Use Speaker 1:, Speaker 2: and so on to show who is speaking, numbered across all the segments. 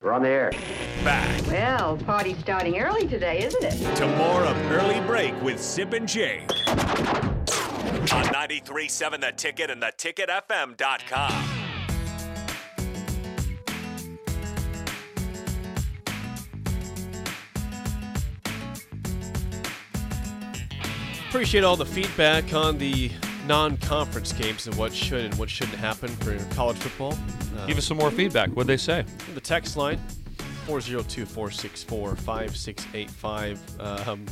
Speaker 1: We're on the air.
Speaker 2: Back
Speaker 3: Well, party's starting early today, isn't it?
Speaker 2: to more of Early Break with Sip and Jade. On 93.7 The Ticket and theticketfm.com.
Speaker 4: Appreciate all the feedback on the non-conference games and what should and what shouldn't happen for college football. Uh,
Speaker 5: Give us some more feedback. What'd they say?
Speaker 4: the text line 402-464-5685. Um,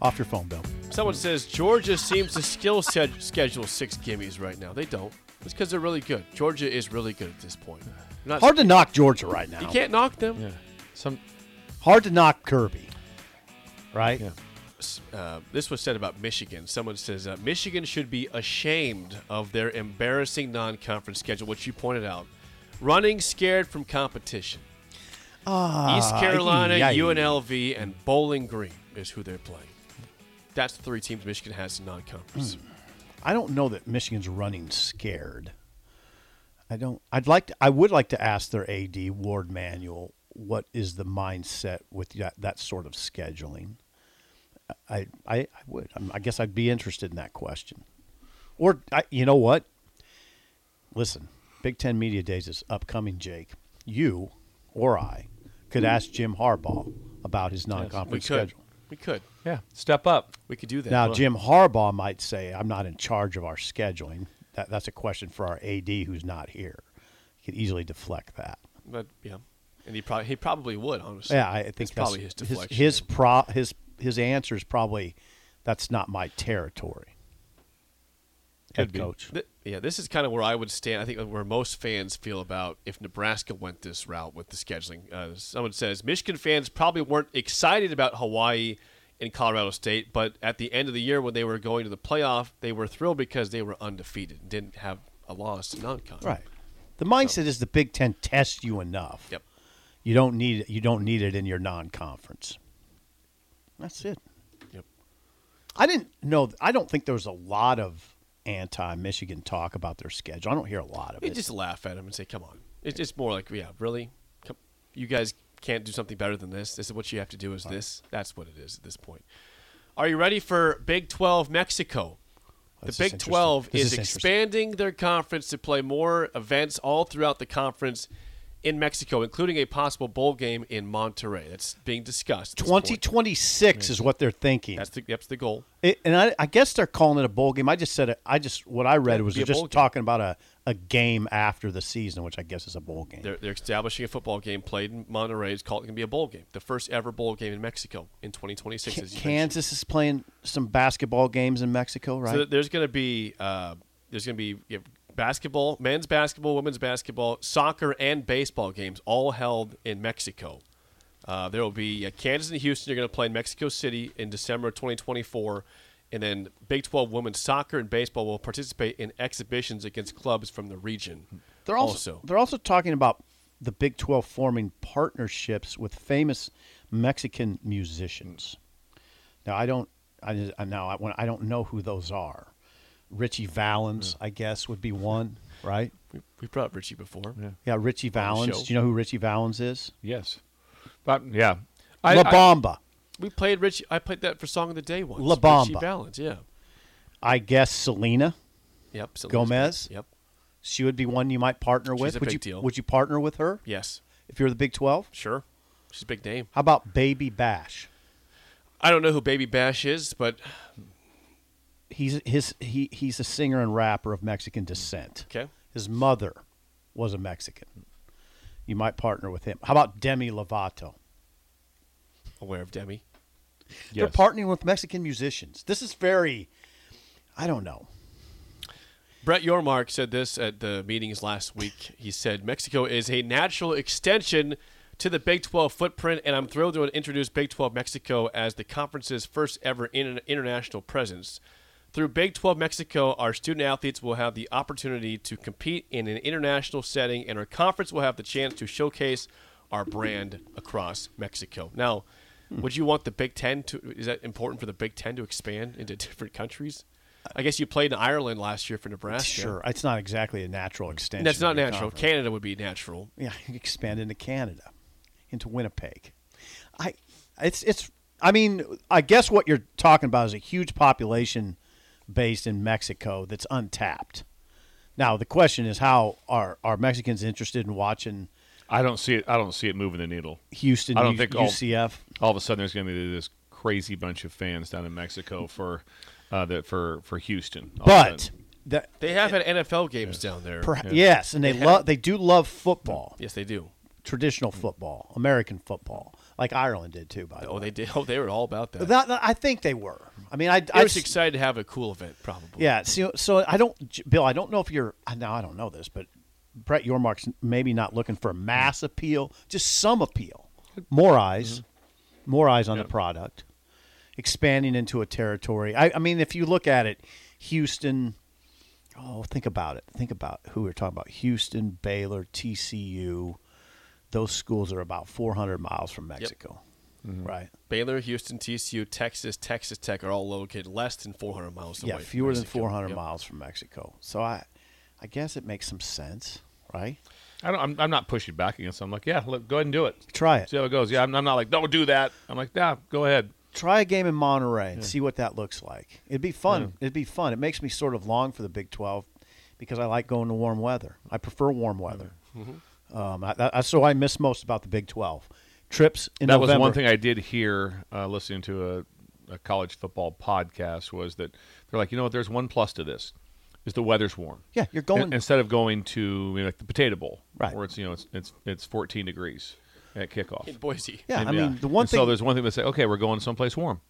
Speaker 6: Off your phone, Bill.
Speaker 4: someone says Georgia seems to skill sched- schedule six gimmies right now. They don't. It's because they're really good. Georgia is really good at this point. Not,
Speaker 6: Hard to knock Georgia right now.
Speaker 4: you can't knock them.
Speaker 5: Some
Speaker 6: Hard to knock Kirby. Right?
Speaker 4: uh, this was said about Michigan. Someone says uh, Michigan should be ashamed of their embarrassing non-conference schedule, which you pointed out. Running scared from competition.
Speaker 6: Ah,
Speaker 4: East Carolina,
Speaker 6: yeah.
Speaker 4: UNLV, and Bowling Green is who they're playing. That's the three teams Michigan has in non-conference.
Speaker 6: Hmm. I don't know that Michigan's running scared. I don't. I'd like. To, I would like to ask their AD Ward Manual what is the mindset with that, that sort of scheduling. I I, I would. I'm, I guess I'd be interested in that question. Or I, you know what? Listen, Big Ten Media Days is upcoming. Jake, you or I could ask Jim Harbaugh about his
Speaker 4: Hmm. We could,
Speaker 6: non-conference schedule.
Speaker 4: we could,
Speaker 5: yeah. Step up.
Speaker 4: we could do that.
Speaker 6: Now,
Speaker 4: Well,
Speaker 6: Jim Harbaugh might say, "I'm not in charge of our scheduling." That, that's a question for our AD, who's not here. He could easily deflect that.
Speaker 4: but yeah, and he probably he probably would honestly.
Speaker 6: Yeah, I I think that's,
Speaker 4: probably his deflection.
Speaker 6: His, his pro his his answer is probably, "That's not my territory." Head
Speaker 5: Could be.
Speaker 6: coach.
Speaker 4: Th- yeah, this is kind of where I would stand. I think uh, where most fans feel about if Nebraska went this route with the scheduling. Uh, someone says Michigan fans probably weren't excited about Hawaii and Colorado State, but at the end of the year when they were going to the playoff, they were thrilled because they were undefeated and didn't have a loss in non-con.
Speaker 6: Right. The mindset is the Big Ten tests you enough.
Speaker 4: Yep.
Speaker 6: You don't need you don't need it in your non-conference. That's it.
Speaker 4: Yep.
Speaker 6: I didn't know. I don't think there was a lot of anti-Michigan talk about their schedule. I don't hear a lot of
Speaker 4: We
Speaker 6: it.
Speaker 4: just laugh at him and say, "Come on." It's just more like, "Yeah, really? Come, you guys can't do something better than this. This is what you have to do. Is this? That's what it is at this point." Are you ready for Big Twelve Mexico? The
Speaker 6: This is
Speaker 4: Big
Speaker 6: interesting.
Speaker 4: 12
Speaker 6: This
Speaker 4: is,
Speaker 6: is interesting.
Speaker 4: expanding their conference to play more events all throughout the conference in Mexico, including a possible bowl game in Monterrey. That's being discussed. at this point.
Speaker 6: 2026 is what they're thinking.
Speaker 4: That's the that's the goal.
Speaker 6: It- and I, I guess they're calling it a bowl game. I just said it. I just what I read
Speaker 4: It'd
Speaker 6: was
Speaker 4: be a
Speaker 6: they're
Speaker 4: bowl game.
Speaker 6: just talking about a, a game after the season, which I guess is a bowl game.
Speaker 4: They're, they're establishing a football game played in Monterrey. It's called going to be a bowl game, the first ever bowl game in Mexico in 2026.
Speaker 6: K-
Speaker 4: as you mentioned.
Speaker 6: Kansas is playing some basketball games in Mexico, right?
Speaker 4: So there's going to be uh, there's going to be you know, basketball, men's basketball, women's basketball, soccer, and baseball games all held in Mexico. Uh, there will be uh, Kansas and Houston are going to play in Mexico City in December 2024, and then Big 12 women's soccer and baseball will participate in exhibitions against clubs from the region.
Speaker 6: They're also,
Speaker 4: also
Speaker 6: they're also talking about the Big 12 forming partnerships with famous Mexican musicians. Now I don't. I just I- now I, when, I don't know who those are. Richie Valens,
Speaker 4: Hmm.
Speaker 6: I guess, would be one, right?
Speaker 4: We, we brought up Richie before. Yeah.
Speaker 6: Yeah, Richie Valens.
Speaker 4: show.
Speaker 6: Do you know who Richie Valens is?
Speaker 5: Yes. But yeah.
Speaker 6: La Bamba.
Speaker 4: We played Richie. I played that for Song of the Day once.
Speaker 6: La
Speaker 4: Richie
Speaker 6: Bamba.
Speaker 4: Valens, yeah.
Speaker 6: I guess Selena.
Speaker 4: Yep. so-
Speaker 6: Gomez?
Speaker 4: Yep.
Speaker 6: She would be one you might partner
Speaker 4: She's
Speaker 6: with.
Speaker 4: a
Speaker 6: would
Speaker 4: big
Speaker 6: you
Speaker 4: deal.
Speaker 6: would you partner with her
Speaker 4: Yes.
Speaker 6: if you're the Big Twelve?
Speaker 4: Sure. She's a big name.
Speaker 6: How about Baby Bash?
Speaker 4: I don't know who Baby Bash is, but
Speaker 6: He's his he, he's a singer and rapper of Mexican descent.
Speaker 4: okay.
Speaker 6: His mother was a Mexican. You might partner with him. How about Demi Lovato?
Speaker 4: Aware of Demi.
Speaker 5: Yes.
Speaker 6: They're partnering with Mexican musicians. This is very, I don't know.
Speaker 4: Brett Yormark said this at the meetings last week. He said Mexico is a natural extension to the Big 12 footprint, and I'm thrilled to introduce Big 12 Mexico as the conference's first ever in- international presence. Through Big 12 Mexico, our student athletes will have the opportunity to compete in an international setting, and our conference will have the chance to showcase our brand across Mexico. Now, would you want the Big 10 to? Is that important for the Big 10 to expand into different countries? I guess you played in Ireland last year for Nebraska.
Speaker 6: Sure, it's not exactly a natural extension.
Speaker 4: And that's not
Speaker 6: of your
Speaker 4: natural.
Speaker 6: conference.
Speaker 4: Canada would be natural.
Speaker 6: Yeah, you can expand into Canada, into Winnipeg. I, it's it's. I mean, I guess what you're talking about is a huge population based in Mexico that's untapped. Now the question is, how are are Mexicans interested in watching
Speaker 5: I don't see it. I don't see it moving the needle.
Speaker 6: Houston?
Speaker 5: I don't
Speaker 6: U-
Speaker 5: think all-
Speaker 6: UCF.
Speaker 5: All of a sudden, there's going to be this crazy bunch of fans down in Mexico for uh, the, for for Houston. All of a
Speaker 6: but
Speaker 5: sudden.
Speaker 6: that
Speaker 4: They have had NFL games down there.
Speaker 6: perha- yes, and they love they do love football.
Speaker 4: Yes, they do.
Speaker 6: traditional football, American football, like Ireland did too. By the
Speaker 4: Oh,
Speaker 6: way,
Speaker 4: they did. Oh, they were all about that.
Speaker 6: That- that- I think they were. I mean, I,
Speaker 4: I
Speaker 6: I
Speaker 4: was
Speaker 6: s-
Speaker 4: excited to have a cool event, probably.
Speaker 6: yeah. So, so I don't, J- Bill. I don't know if you're now. I don't know this, but Brett Yormark's maybe not looking for mass appeal, just some appeal, more eyes, more eyes on the product, expanding into a territory. I, I mean, if you look at it, Houston. Oh, think about it. Think about who we're talking about: Houston, Baylor, TCU. Those schools are about 400 miles from Mexico, right?
Speaker 4: Baylor, Houston, TCU, Texas, Texas Tech are all located less than 400 miles away.
Speaker 6: Yeah,
Speaker 4: from
Speaker 6: fewer than
Speaker 4: Mexico.
Speaker 6: 400
Speaker 4: Yep.
Speaker 6: miles from Mexico. So I, I guess it makes some sense, right?
Speaker 5: I don't, I'm, I'm not pushing back against. them. I'm like, yeah, look, go ahead and do it.
Speaker 6: Try it.
Speaker 5: See how it goes. Yeah, I'm, I'm not like, don't do that. I'm like, yeah, go ahead.
Speaker 6: Try a game in Monterey and see what that looks like. It'd be fun. It'd be fun. It makes me sort of long for the Big 12 because I like going to warm weather. I prefer warm weather.
Speaker 5: Mm-hmm.
Speaker 6: Um, I, that- that's what I miss most about the Big 12. Trips in
Speaker 5: that
Speaker 6: November.
Speaker 5: was one thing I did hear uh, listening to a, a college football podcast was that they're like, you know what? There's one plus to this, is the weather's warm.
Speaker 6: Yeah, you're going-
Speaker 5: In- instead of going to you know, like the Potato Bowl,
Speaker 6: Right.
Speaker 5: Where it's you know it's it's, it's 14 degrees at kickoff.
Speaker 4: In Boise.
Speaker 6: Yeah,
Speaker 5: And,
Speaker 6: I mean, the one
Speaker 5: and
Speaker 6: thing.
Speaker 5: So there's one thing that say, okay, we're going someplace warm.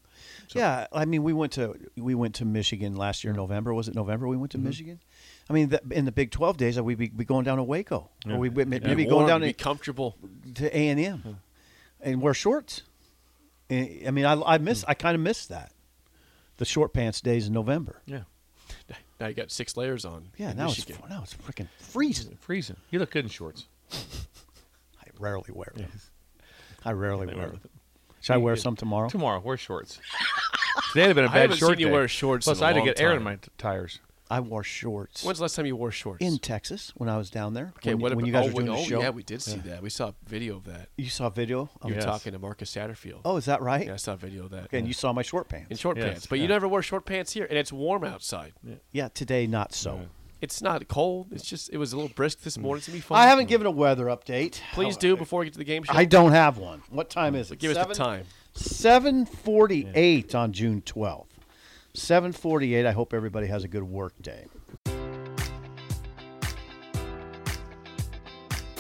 Speaker 6: Yeah, I mean, we went to we went to Michigan last year. in November was it November? We went
Speaker 4: Mm-hmm.
Speaker 6: to Michigan. I mean, the, in the Big Twelve days, we'd be, be going down to Waco, or we would maybe
Speaker 4: warm,
Speaker 6: going down
Speaker 4: be
Speaker 6: to
Speaker 4: comfortable.
Speaker 6: to A and M, and wear shorts. And- I mean, I, I miss
Speaker 4: Mm.
Speaker 6: I kind of miss that, the short pants days in November.
Speaker 5: Yeah,
Speaker 4: Now you got six layers on.
Speaker 6: Yeah,
Speaker 4: in
Speaker 6: now it's
Speaker 4: Michigan.
Speaker 6: now it's freaking freezing.
Speaker 5: freezing. You look good in shorts.
Speaker 6: I rarely wear them. I rarely wear them. Should I wear some tomorrow?
Speaker 5: Tomorrow, wear shorts. Today had been a
Speaker 4: I
Speaker 5: bad
Speaker 4: haven't
Speaker 5: short
Speaker 4: seen you
Speaker 5: day.
Speaker 4: wear shorts
Speaker 5: Plus,
Speaker 4: in a
Speaker 5: I had to
Speaker 4: long
Speaker 5: get air in
Speaker 4: time.
Speaker 5: my t- tires.
Speaker 6: I wore shorts
Speaker 4: When's the last time you wore shorts?
Speaker 6: in Texas when I was down there.
Speaker 4: okay,
Speaker 6: when,
Speaker 4: what
Speaker 6: when
Speaker 4: about,
Speaker 6: you guys
Speaker 4: oh,
Speaker 6: were doing
Speaker 4: oh,
Speaker 6: the show,
Speaker 4: yeah, we did see that. We saw a video of that.
Speaker 6: you saw video. of
Speaker 4: You
Speaker 6: it?
Speaker 4: were talking to Marcus Satterfield.
Speaker 6: Oh, is that right?
Speaker 4: yeah, I saw a video of that.
Speaker 6: Okay, and you saw my short pants.
Speaker 4: in short
Speaker 5: Yes,
Speaker 4: pants, but you
Speaker 5: yeah.
Speaker 4: never wear short pants here, and it's warm outside.
Speaker 6: yeah, today not so.
Speaker 4: It's not cold. It's just it was a little brisk this morning. It's gonna be fun.
Speaker 6: I haven't given a weather update.
Speaker 4: Please do before we get to the game show.
Speaker 6: I don't have one. What time is it?
Speaker 4: Give us the
Speaker 6: Seven-
Speaker 4: time.
Speaker 6: 748 on June 12th. 748. I hope everybody has a good work day.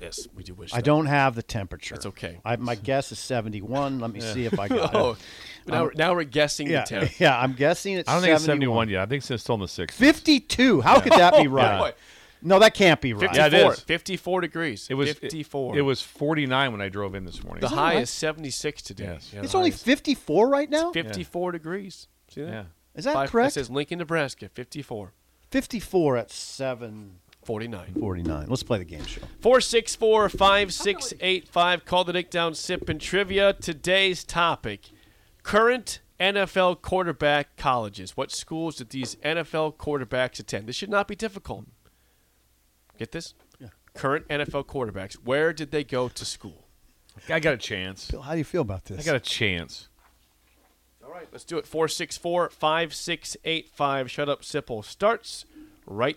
Speaker 4: Yes, we do wish.
Speaker 6: I
Speaker 4: that.
Speaker 6: don't have the temperature. It's
Speaker 4: okay.
Speaker 6: I, my guess is 71. Let me see if I got
Speaker 4: Oh,
Speaker 6: it.
Speaker 4: but now, we're- now we're guessing
Speaker 6: Yeah,
Speaker 4: the temp.
Speaker 6: yeah, I'm guessing it's
Speaker 5: I don't think it's 71 yet. I think it's still in the 60s.
Speaker 6: 52. How could that be right?
Speaker 4: Oh, boy.
Speaker 6: No, that can't be right.
Speaker 4: 54,
Speaker 5: Yeah, it is.
Speaker 4: 54 degrees.
Speaker 5: It was it-
Speaker 4: 54.
Speaker 5: It, was 49 when I drove in this morning.
Speaker 4: the high is 76 today.
Speaker 5: Yes.
Speaker 4: Yeah,
Speaker 6: It's
Speaker 4: the
Speaker 6: only
Speaker 4: high is
Speaker 6: 54 right now?
Speaker 4: 54 degrees. See that?
Speaker 5: Yeah.
Speaker 6: Is that
Speaker 4: Five-
Speaker 6: correct?
Speaker 4: It says Lincoln, Nebraska, 54,
Speaker 6: 54 at 7.
Speaker 4: 49.
Speaker 6: 49. Let's play the game show.
Speaker 4: 464 5685. Call the Nick Down Sip and Trivia. Today's topic current NFL quarterback colleges. What schools did these NFL quarterbacks attend? This should not be difficult. Get this? Yeah. Current NFL quarterbacks. Where did they go to school?
Speaker 5: I got a chance.
Speaker 6: Bill, how do you feel about this?
Speaker 5: I got a chance.
Speaker 4: All right, let's do it. 464 5685. Shut up, Sipple starts right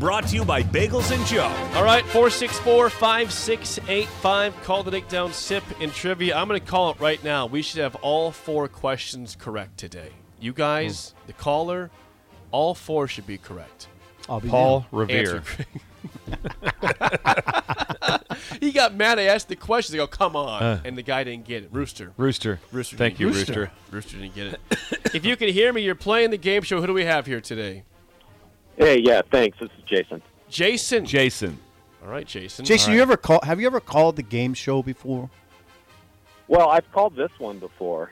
Speaker 2: Brought to you by Bagels and Joe.
Speaker 4: All right, 464 5685. Call the Nick Down Sip and Trivia. I'm going to call it right now. We should have all four questions correct today. You guys,
Speaker 5: Hmm.
Speaker 4: the caller, all four should be correct.
Speaker 6: I'll be
Speaker 5: Paul Revere.
Speaker 4: Answer. he got mad. I asked the question. They go, come on. and the guy didn't get it. Rooster.
Speaker 5: Rooster.
Speaker 4: Rooster.
Speaker 5: Uh. Thank you,
Speaker 4: didn't-
Speaker 5: Rooster.
Speaker 4: Rooster didn't get it. if you can hear me, you're playing the game show. Who do we have here today?
Speaker 7: Hey, yeah, thanks. This is Jason.
Speaker 4: Jason.
Speaker 5: Jason.
Speaker 4: all right, Jason.
Speaker 6: Jason,
Speaker 4: All
Speaker 6: you
Speaker 4: right.
Speaker 6: ever call, have you ever called the game show before?
Speaker 7: Well, I've called this one before.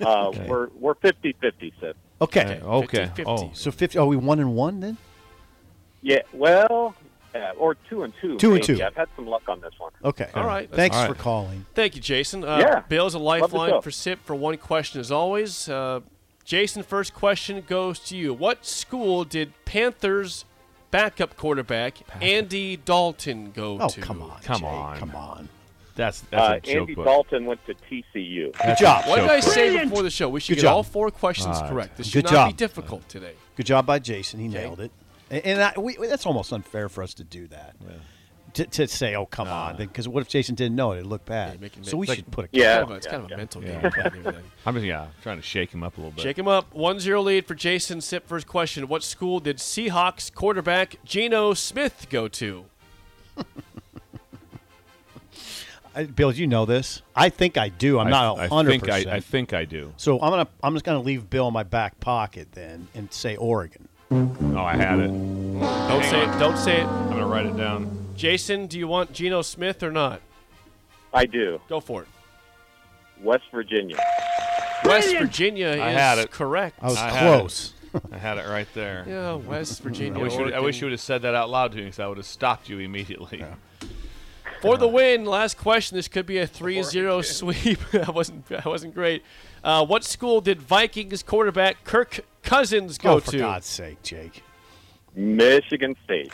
Speaker 7: Uh, We're we're fifty fifty, Sip.
Speaker 6: Okay.
Speaker 5: Okay.
Speaker 4: 50-50.
Speaker 5: Oh,
Speaker 6: So 50. Are we one and one then?
Speaker 7: Yeah, well, yeah, or two and two.
Speaker 6: Two and
Speaker 7: maybe.
Speaker 6: two.
Speaker 7: I've had some luck on this one.
Speaker 6: Okay.
Speaker 4: All right.
Speaker 6: Thanks
Speaker 5: All
Speaker 6: for
Speaker 5: right.
Speaker 6: calling.
Speaker 4: Thank you, Jason. Uh,
Speaker 7: Yeah.
Speaker 4: Bill's a
Speaker 7: Love the
Speaker 4: lifeline
Speaker 7: show.
Speaker 4: for SIP for one question, as always. Uh, Jason, first question goes to you. What school did Panthers backup quarterback Andy Dalton go
Speaker 6: Oh,
Speaker 4: to?
Speaker 6: come on.
Speaker 5: Come
Speaker 6: Jay,
Speaker 5: on.
Speaker 6: Come on.
Speaker 5: that's that's
Speaker 7: Uh,
Speaker 5: a joke
Speaker 7: Andy
Speaker 5: book.
Speaker 7: Dalton went to TCU.
Speaker 6: Good job.
Speaker 4: What did I say before the show? We should get
Speaker 6: Good job.
Speaker 4: all four questions correct. This should
Speaker 6: Good
Speaker 4: not be
Speaker 6: job.
Speaker 4: difficult today.
Speaker 6: Good job by Jason. He nailed it. And, and I, we, that's almost unfair for us to do that. To, to say, oh, come on. Because what if Jason didn't know it? It'd look bad.
Speaker 4: make it-
Speaker 6: so we
Speaker 4: like-
Speaker 6: should put a
Speaker 7: Yeah.
Speaker 4: Kind of a- it's kind of a mental game. playing there.
Speaker 5: I'm just, yeah, trying to shake him up a little bit.
Speaker 4: Shake him up. 1 0 lead for Jason. SIP first question. What school did Seahawks quarterback Geno Smith go to?
Speaker 6: I, Bill, you know this. I think I do. I'm
Speaker 5: I-
Speaker 6: not
Speaker 5: I
Speaker 6: 100%.
Speaker 5: think I, I think I do.
Speaker 6: so I'm gonna I'm just gonna leave Bill in my back pocket then and say Oregon.
Speaker 5: Oh, I had it. I'm
Speaker 4: Don't say it. Don't say it.
Speaker 5: gonna write it down.
Speaker 4: Jason, do you want Geno Smith or not?
Speaker 7: I do.
Speaker 4: Go for it.
Speaker 7: West Virginia.
Speaker 4: West Virginia
Speaker 5: I
Speaker 4: is
Speaker 5: had it.
Speaker 4: correct.
Speaker 6: I was
Speaker 5: I had it.
Speaker 6: close.
Speaker 5: I had it right there.
Speaker 4: yeah, West Virginia.
Speaker 5: I wish, you, I
Speaker 4: Oregon.
Speaker 5: wish you would have said that out loud to me because I would have stopped you immediately.
Speaker 4: For the win, last question. This could be a 3-0 sweep. that wasn't that wasn't great. Uh, what school did Vikings quarterback Kirk Cousins go
Speaker 6: oh, for
Speaker 4: to?
Speaker 6: God's sake, Jake.
Speaker 7: Michigan State.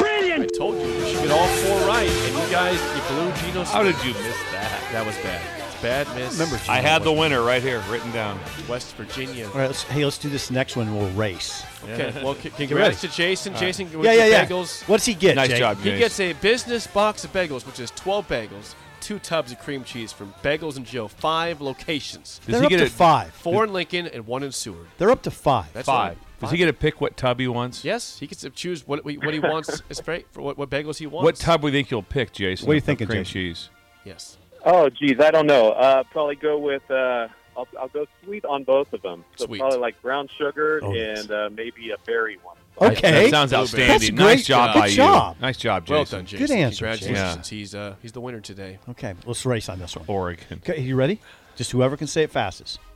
Speaker 2: million.
Speaker 4: I told you you should get all four right, and you guys, you blew Geno.
Speaker 5: How
Speaker 4: Smith.
Speaker 5: did you miss that?
Speaker 4: That was bad. It's bad miss.
Speaker 6: remember Geno
Speaker 5: I had the winner right here, written down.
Speaker 4: West Virginia.
Speaker 6: All right, let's, hey, let's do this next one. We'll race.
Speaker 4: Okay. Well, c-
Speaker 6: ready.
Speaker 4: congrats to Jason. Jason with
Speaker 6: yeah, yeah,
Speaker 4: the
Speaker 6: yeah.
Speaker 4: bagels.
Speaker 6: What's he get?
Speaker 5: Nice
Speaker 6: Jake?
Speaker 5: job,
Speaker 4: He
Speaker 5: Jason.
Speaker 4: gets a business box of bagels, which is 12 bagels, two tubs of cream cheese from Bagels and Joe, five locations.
Speaker 5: Does
Speaker 6: They're
Speaker 5: he
Speaker 6: up
Speaker 5: get
Speaker 6: to
Speaker 5: a-
Speaker 6: five.
Speaker 4: Four in Lincoln and one in Seward.
Speaker 6: They're up to five.
Speaker 4: That's
Speaker 5: Five.
Speaker 4: right.
Speaker 5: Does he get to pick what tub he wants?
Speaker 4: Yes, he gets to choose what we- what he wants as freight for what, what bagels he wants.
Speaker 5: What tub do you think he'll pick, Jason?
Speaker 6: What are you
Speaker 5: of
Speaker 6: thinking,
Speaker 5: cream
Speaker 6: Jason?
Speaker 5: cheese?
Speaker 4: Yes.
Speaker 7: Oh, geez, I don't know. Uh, probably go with. Uh, I'll, I'll go sweet on both of them. So
Speaker 4: Sweet.
Speaker 7: probably like brown sugar
Speaker 6: Oh, yes.
Speaker 7: and uh, maybe a berry one.
Speaker 6: Okay.
Speaker 5: That sounds
Speaker 4: Blueberry.
Speaker 5: outstanding.
Speaker 6: That's
Speaker 5: nice
Speaker 6: great.
Speaker 5: job
Speaker 6: Good
Speaker 5: by
Speaker 6: job.
Speaker 5: you. Nice job, Jason.
Speaker 4: Well done, Jason.
Speaker 6: answer, Jason.
Speaker 4: Congratulations.
Speaker 5: Yeah.
Speaker 4: He's uh, he's the winner today.
Speaker 6: Okay, let's race on this one.
Speaker 5: Oregon.
Speaker 6: Okay, you ready? Just whoever can say it fastest.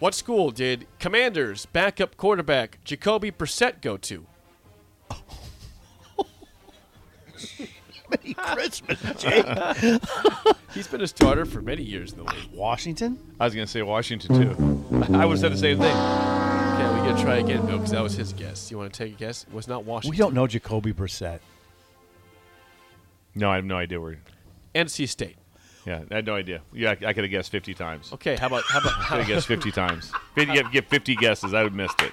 Speaker 4: What school did Commanders backup quarterback Jacoby Brissett go to?
Speaker 6: Christmas, Jake.
Speaker 4: He's been a starter for many years in the league.
Speaker 6: Washington.
Speaker 5: I was going to say Washington, too. I would have said the same thing.
Speaker 4: Okay, we gotta try again, Bill, because that was his guess. You want to take a guess? It was not Washington.
Speaker 6: We don't know Jacoby Brissett.
Speaker 5: No, I have no idea where.
Speaker 4: NC State.
Speaker 5: Yeah, I had no idea. Yeah, I, I could have guessed 50 times.
Speaker 4: Okay, how about how about
Speaker 5: I
Speaker 4: how,
Speaker 5: could have guessed 50 times. 50, get, get 50 guesses. I would have missed it.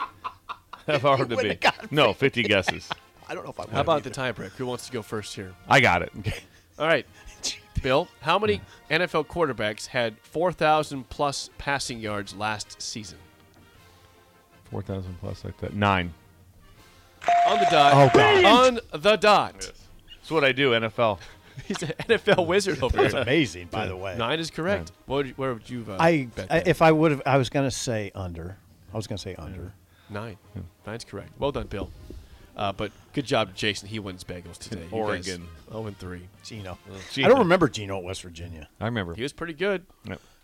Speaker 5: How hard to be. No, 50 guesses.
Speaker 6: I don't know if I.
Speaker 4: how about the tiebreak? Who wants to go first here?
Speaker 5: I got it.
Speaker 4: All right, Bill. How many
Speaker 6: Hmm.
Speaker 4: NFL quarterbacks had four thousand plus passing yards last season?
Speaker 5: 4,000 plus like that. Nine.
Speaker 4: On the dot.
Speaker 6: Oh, God.
Speaker 4: On the dot.
Speaker 5: That's what I do, NFL.
Speaker 4: He's an NFL wizard over
Speaker 6: That's
Speaker 4: here.
Speaker 6: amazing, by the way.
Speaker 4: Nine is correct. What would you, where would you? Uh,
Speaker 6: I,
Speaker 4: bet
Speaker 6: I
Speaker 4: that?
Speaker 6: if I would have, I was gonna say under. I was gonna say under.
Speaker 4: Nine. Nine's correct. Well done, Bill. Uh, but good job, Jason. He wins bagels today.
Speaker 5: Oregon.
Speaker 4: Oh, and three.
Speaker 6: Gino. I
Speaker 5: Gino.
Speaker 6: don't remember Gino at West Virginia.
Speaker 5: I remember.
Speaker 4: He was pretty good.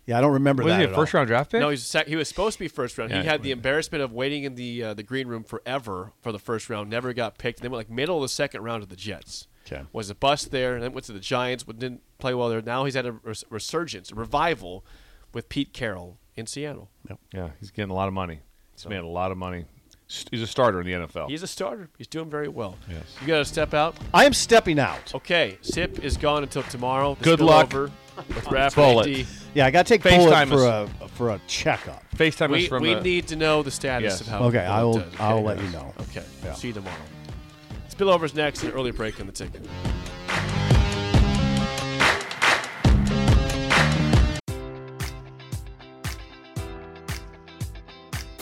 Speaker 6: Yeah, I don't remember
Speaker 5: Was
Speaker 6: that.
Speaker 5: he
Speaker 6: at
Speaker 5: a
Speaker 6: all.
Speaker 5: first round draft pick?
Speaker 4: No, he's sec- he was supposed to be first round.
Speaker 5: Yeah,
Speaker 4: he
Speaker 5: he
Speaker 4: had the
Speaker 5: would've.
Speaker 4: embarrassment of waiting in the uh, the green room forever for the first round. Never got picked. Then went like middle of the second round to the Jets.
Speaker 6: Okay.
Speaker 4: Was a bust there. And then went to the Giants. But didn't play well there. Now he's had a res- resurgence, a revival, with Pete Carroll in Seattle.
Speaker 5: yeah, he's getting a lot of money. He's made a lot of money. St- He's a starter in the NFL.
Speaker 4: He's a starter. He's doing very well.
Speaker 5: Yes.
Speaker 4: You got to step out.
Speaker 6: I am stepping out.
Speaker 4: Okay, Sip is gone until tomorrow. The
Speaker 5: Good luck.
Speaker 4: spillover With Raph
Speaker 5: Bullet.
Speaker 4: and AD.
Speaker 6: Yeah, I got to take
Speaker 5: FaceTime
Speaker 6: Bullet for a for a checkup.
Speaker 5: FaceTime
Speaker 4: We,
Speaker 5: us from
Speaker 4: we
Speaker 5: uh,
Speaker 4: need to know the status
Speaker 5: Yes.
Speaker 4: of how.
Speaker 6: Okay,
Speaker 4: Bullet
Speaker 6: I will.
Speaker 4: does, okay?
Speaker 6: I will let you know.
Speaker 4: Okay,
Speaker 6: Yeah.
Speaker 4: see you tomorrow. Spillover's next, an early break on the ticket.